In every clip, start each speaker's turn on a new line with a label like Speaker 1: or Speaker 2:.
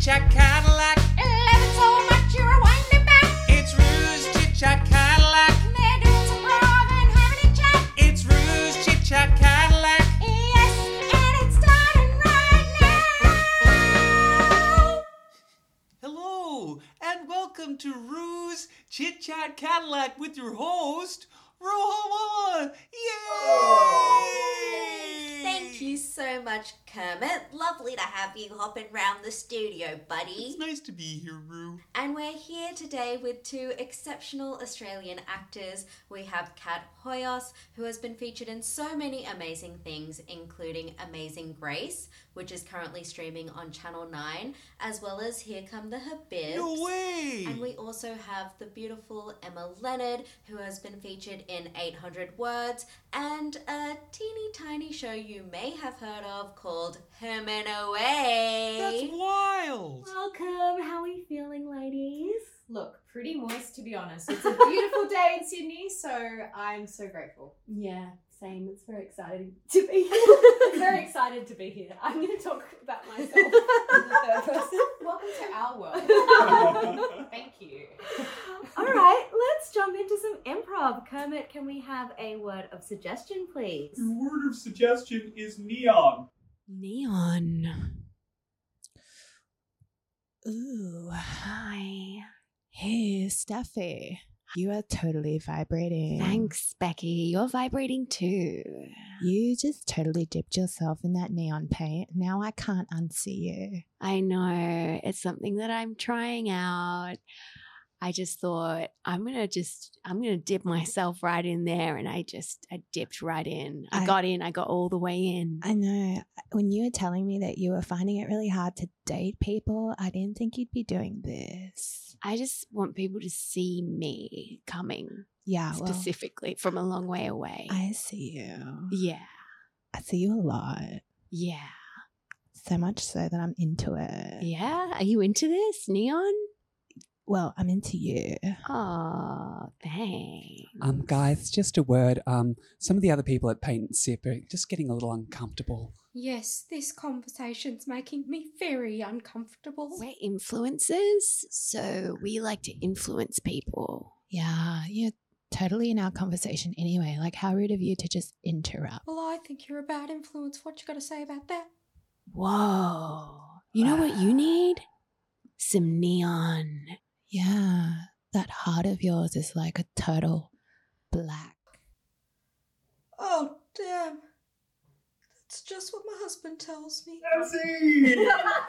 Speaker 1: Chat Cadillac.
Speaker 2: Eleven so much you're a winding back.
Speaker 1: It's Ruse Chit Chat Cadillac.
Speaker 2: They're doing some love and having a chat.
Speaker 1: It's Ruse Chit Chat Cadillac.
Speaker 2: Yes, and it's starting right now.
Speaker 1: Hello, and welcome to Ruse Chit Chat Cadillac with your host, Rohan. Yay!
Speaker 2: Thank you so much, Kermit. Lovely to have you hopping round the studio,
Speaker 1: It's
Speaker 2: buddy.
Speaker 1: nice to be here, Rue.
Speaker 2: And we're here today with two exceptional Australian actors. We have Kat Hoyos, who has been featured in so many amazing things, including Amazing Grace, which is currently streaming on Channel 9, as well as Here Come the Habibs.
Speaker 1: No way!
Speaker 2: And we also have the beautiful Emma Leonard, who has been featured in 800 Words and a teeny tiny show you may have heard of called Herman
Speaker 1: That's
Speaker 2: Away.
Speaker 1: wild!
Speaker 2: Welcome. How are you feeling, ladies?
Speaker 3: look pretty moist to be honest. It's a beautiful day in Sydney, so I'm so grateful.
Speaker 4: Yeah, same. It's very exciting to be here. very excited to be here. I'm going to talk about myself in the third person.
Speaker 3: Welcome to our world. Thank you.
Speaker 4: All right, let's jump into some improv. Kermit, can we have a word of suggestion, please?
Speaker 2: Mm.
Speaker 5: Your word of suggestion is neon.
Speaker 6: Neon. Ooh, hi. Hey, Steffi. You are totally vibrating.
Speaker 7: Thanks, Becky. You're vibrating too.
Speaker 6: You just totally dipped yourself in that neon paint. Now I can't unsee you.
Speaker 7: I know it's something that I'm trying out. I just thought I'm gonna just I'm gonna dip myself right in there, and I just I dipped right in. I,
Speaker 6: I-
Speaker 7: got in. I got all the way in.
Speaker 6: I know. When you were telling me that you were finding it really hard to date people, I didn't think you'd be doing this.
Speaker 7: I just want people to see me coming
Speaker 2: Ah,
Speaker 6: Yeah, well,
Speaker 7: specifically from a long way away.
Speaker 6: I see you.
Speaker 7: yeah,
Speaker 6: I see you a lot.
Speaker 7: yeah,
Speaker 6: So much so that I'm into it.
Speaker 7: yeah. Are you into this neon?
Speaker 6: Well, I'm into you.
Speaker 7: Oh, thanks.
Speaker 8: Um, guys, just a word. Um, some of the other people at Paint and Sip are just getting a little uncomfortable.
Speaker 9: Yes, this conversation's making me very uncomfortable.
Speaker 7: We're influencers, so we like to influence people.
Speaker 6: Yeah, you're totally in our conversation anyway. Like, how rude of you to just interrupt.
Speaker 9: Well, I think you're a bad influence. What you got to say about that?
Speaker 7: Whoa. You know what you need? Some neon.
Speaker 6: Yeah, that heart of yours is like a turtle black.
Speaker 9: Oh, damn. That's just what my husband tells me.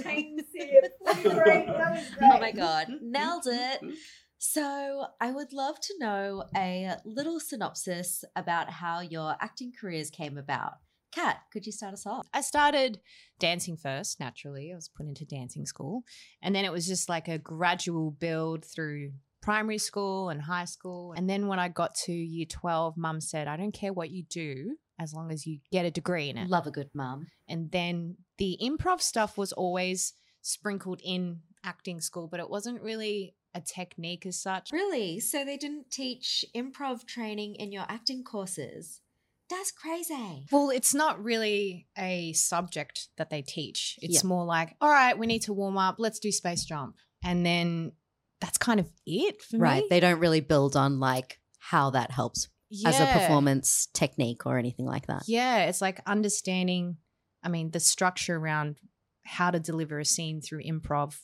Speaker 4: Thanks, Sid. Great, that was great.
Speaker 2: Oh my god, nailed it.
Speaker 6: Mm-hmm.
Speaker 2: So, I would love to know a little synopsis about how your acting careers came about. Kat, could you start us off?
Speaker 10: I started dancing first, naturally. I was put into dancing school. And then it was just like a gradual build through primary school and high school. And then when I got to year 12, mum said, I don't care what you do as long as you get a degree in it.
Speaker 2: Love a good mum.
Speaker 10: And then the improv stuff was always sprinkled in acting school, but it wasn't really a technique as such.
Speaker 2: Really? So they didn't teach improv training in your acting courses? That's crazy.
Speaker 10: Well, it's not really a subject that they teach. It's
Speaker 2: Yeah.
Speaker 10: more like, all right, we need to warm up. Let's do space jump. And then that's kind of it for
Speaker 2: Right.
Speaker 10: me.
Speaker 2: They don't really build on like how that helps as a
Speaker 10: Yeah.
Speaker 2: performance technique or anything like that.
Speaker 10: Yeah. It's like understanding, I mean, the structure around how to deliver a scene through improv.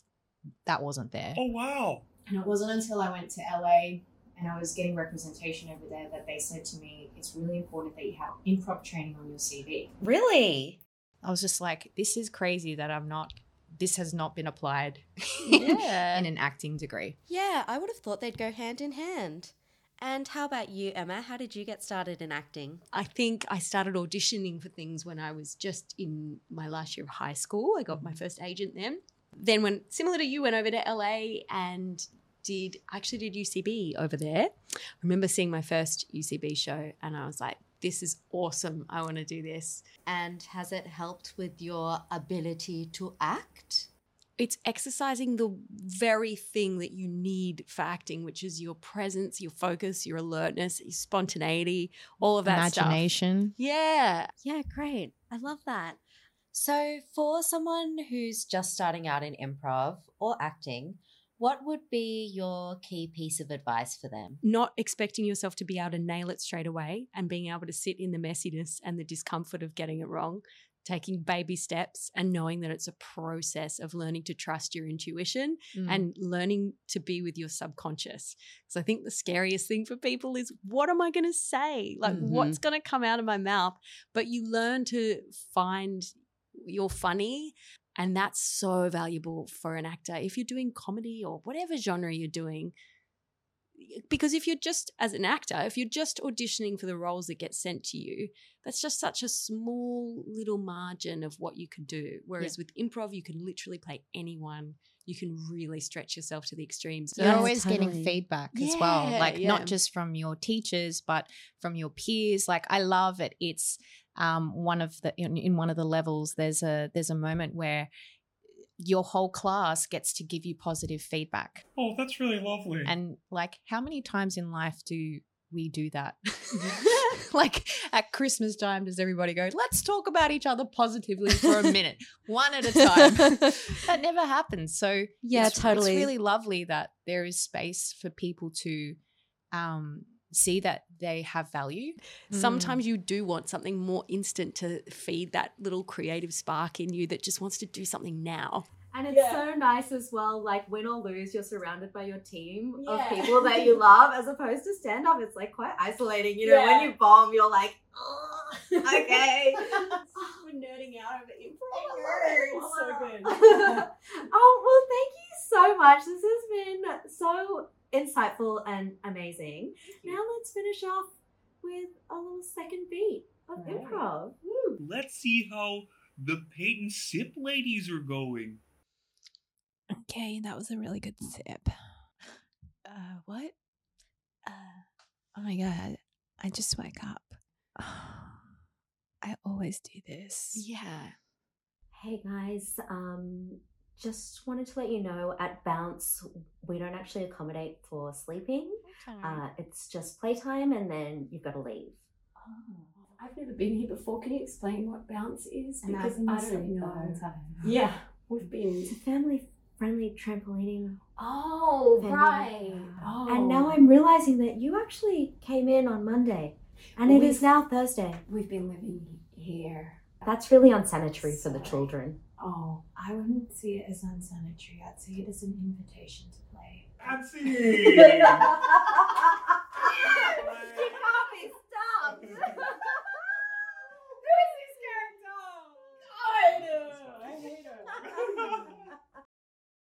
Speaker 10: That wasn't there.
Speaker 5: Oh wow!
Speaker 3: And it wasn't until I went to LA and I was getting representation over there that they said to me, it's really important that you have improv training on your CV.
Speaker 2: Really?
Speaker 10: I was just like, this is crazy that I'm not, this has not been applied
Speaker 2: Yeah.
Speaker 10: in an acting degree.
Speaker 2: Yeah, I would have thought they'd go hand in hand. And how about you, Emma? How did you get started in acting?
Speaker 7: I think I started auditioning for things when I was just in my last year of high school. I got my first agent then. Then when similar to you went over to LA and did I actually did UCB over there. I remember seeing my first UCB show and I was like, this is awesome. I want to do this.
Speaker 2: And has it helped with your ability to act?
Speaker 7: it's exercising the very thing that you need for acting, which is your presence, your focus, your alertness, your spontaneity, all of that stuff.
Speaker 10: Imagination.
Speaker 7: Yeah.
Speaker 2: Yeah, great. I love that.
Speaker 11: So, for someone who's just starting out in improv or acting, what would be your key piece of advice for them?
Speaker 7: Not expecting yourself to be able to nail it straight away and being able to sit in the messiness and the discomfort of getting it wrong, taking baby steps and knowing that it's a process of learning to trust your intuition
Speaker 11: Mm.
Speaker 7: and learning to be with your subconscious. Because I think the scariest thing for people is what am I going to say? Like, what's going to come out of my mouth? But you learn to find your funny. And that's so valuable for an actor. If you're doing comedy or whatever genre you're doing, because if you're just as an actor if you're just auditioning for the roles that get sent to you that's just such a small little margin of what you can do whereas with improv you can literally play anyone you can really stretch yourself to the extremes
Speaker 10: You're always getting feedback as well,
Speaker 7: Yeah,
Speaker 10: like
Speaker 7: yeah.
Speaker 10: not just from your teachers, but from your peers. Like I love it. It's um, one of the in, in one of the levels. There's a there's a moment where your whole class gets to give you positive feedback.
Speaker 5: Oh, that's really lovely.
Speaker 10: And like, how many times in life do we do that? like at Christmas time, does everybody go, let's talk about each other positively for a minute, one at a time? that never happens. So
Speaker 11: Yeah,
Speaker 10: it's,
Speaker 11: totally.
Speaker 10: It's really lovely that there is space for people to um, see that they have value.
Speaker 7: sometimes you do want something more instant to feed that little creative spark in you that just wants to do something now
Speaker 2: And it's so nice as well, like win or lose, you're surrounded by your team
Speaker 12: Yeah.
Speaker 2: of people that you love, as opposed to stand up. It's like quite isolating, you know.
Speaker 12: Yeah.
Speaker 2: When you bomb, you're like, "Ugh, okay.
Speaker 12: We're nerding out over
Speaker 2: improv.
Speaker 12: so good.
Speaker 2: oh well, thank you so much. This has been so insightful and amazing. Now let's finish off with a little second beat of improv.
Speaker 12: Hmm.
Speaker 5: Let's see how the Peyton Sip ladies are going.
Speaker 6: Okay, that was a really good sip. Uh, what? Uh, oh my god, I just woke up. I always do this.
Speaker 7: Yeah.
Speaker 2: Hey guys, um, just wanted to let you know at Bounce, we don't actually accommodate for sleeping.
Speaker 9: Mm.
Speaker 2: Uh, it's just playtime and then you've got to leave.
Speaker 9: Oh, I've never been here before. Can you explain what bounce is?
Speaker 2: And
Speaker 9: Because
Speaker 2: I've been
Speaker 9: I
Speaker 2: asleep the
Speaker 9: don't know.
Speaker 2: whole time.
Speaker 9: Yeah, we've
Speaker 2: It's a
Speaker 9: been.
Speaker 2: family friendly trampolining.
Speaker 9: Oh,
Speaker 2: venue.
Speaker 9: right. Oh.
Speaker 2: And now I'm realizing that you actually came in on Monday and it
Speaker 9: We've-
Speaker 2: is now Thursday.
Speaker 9: Oh, We've been living here.
Speaker 2: That's really unsanitary for the children.
Speaker 9: Oh,
Speaker 1: I wouldn't see it as unsanitary. I'd see it as an invitation to play.
Speaker 5: Fancy!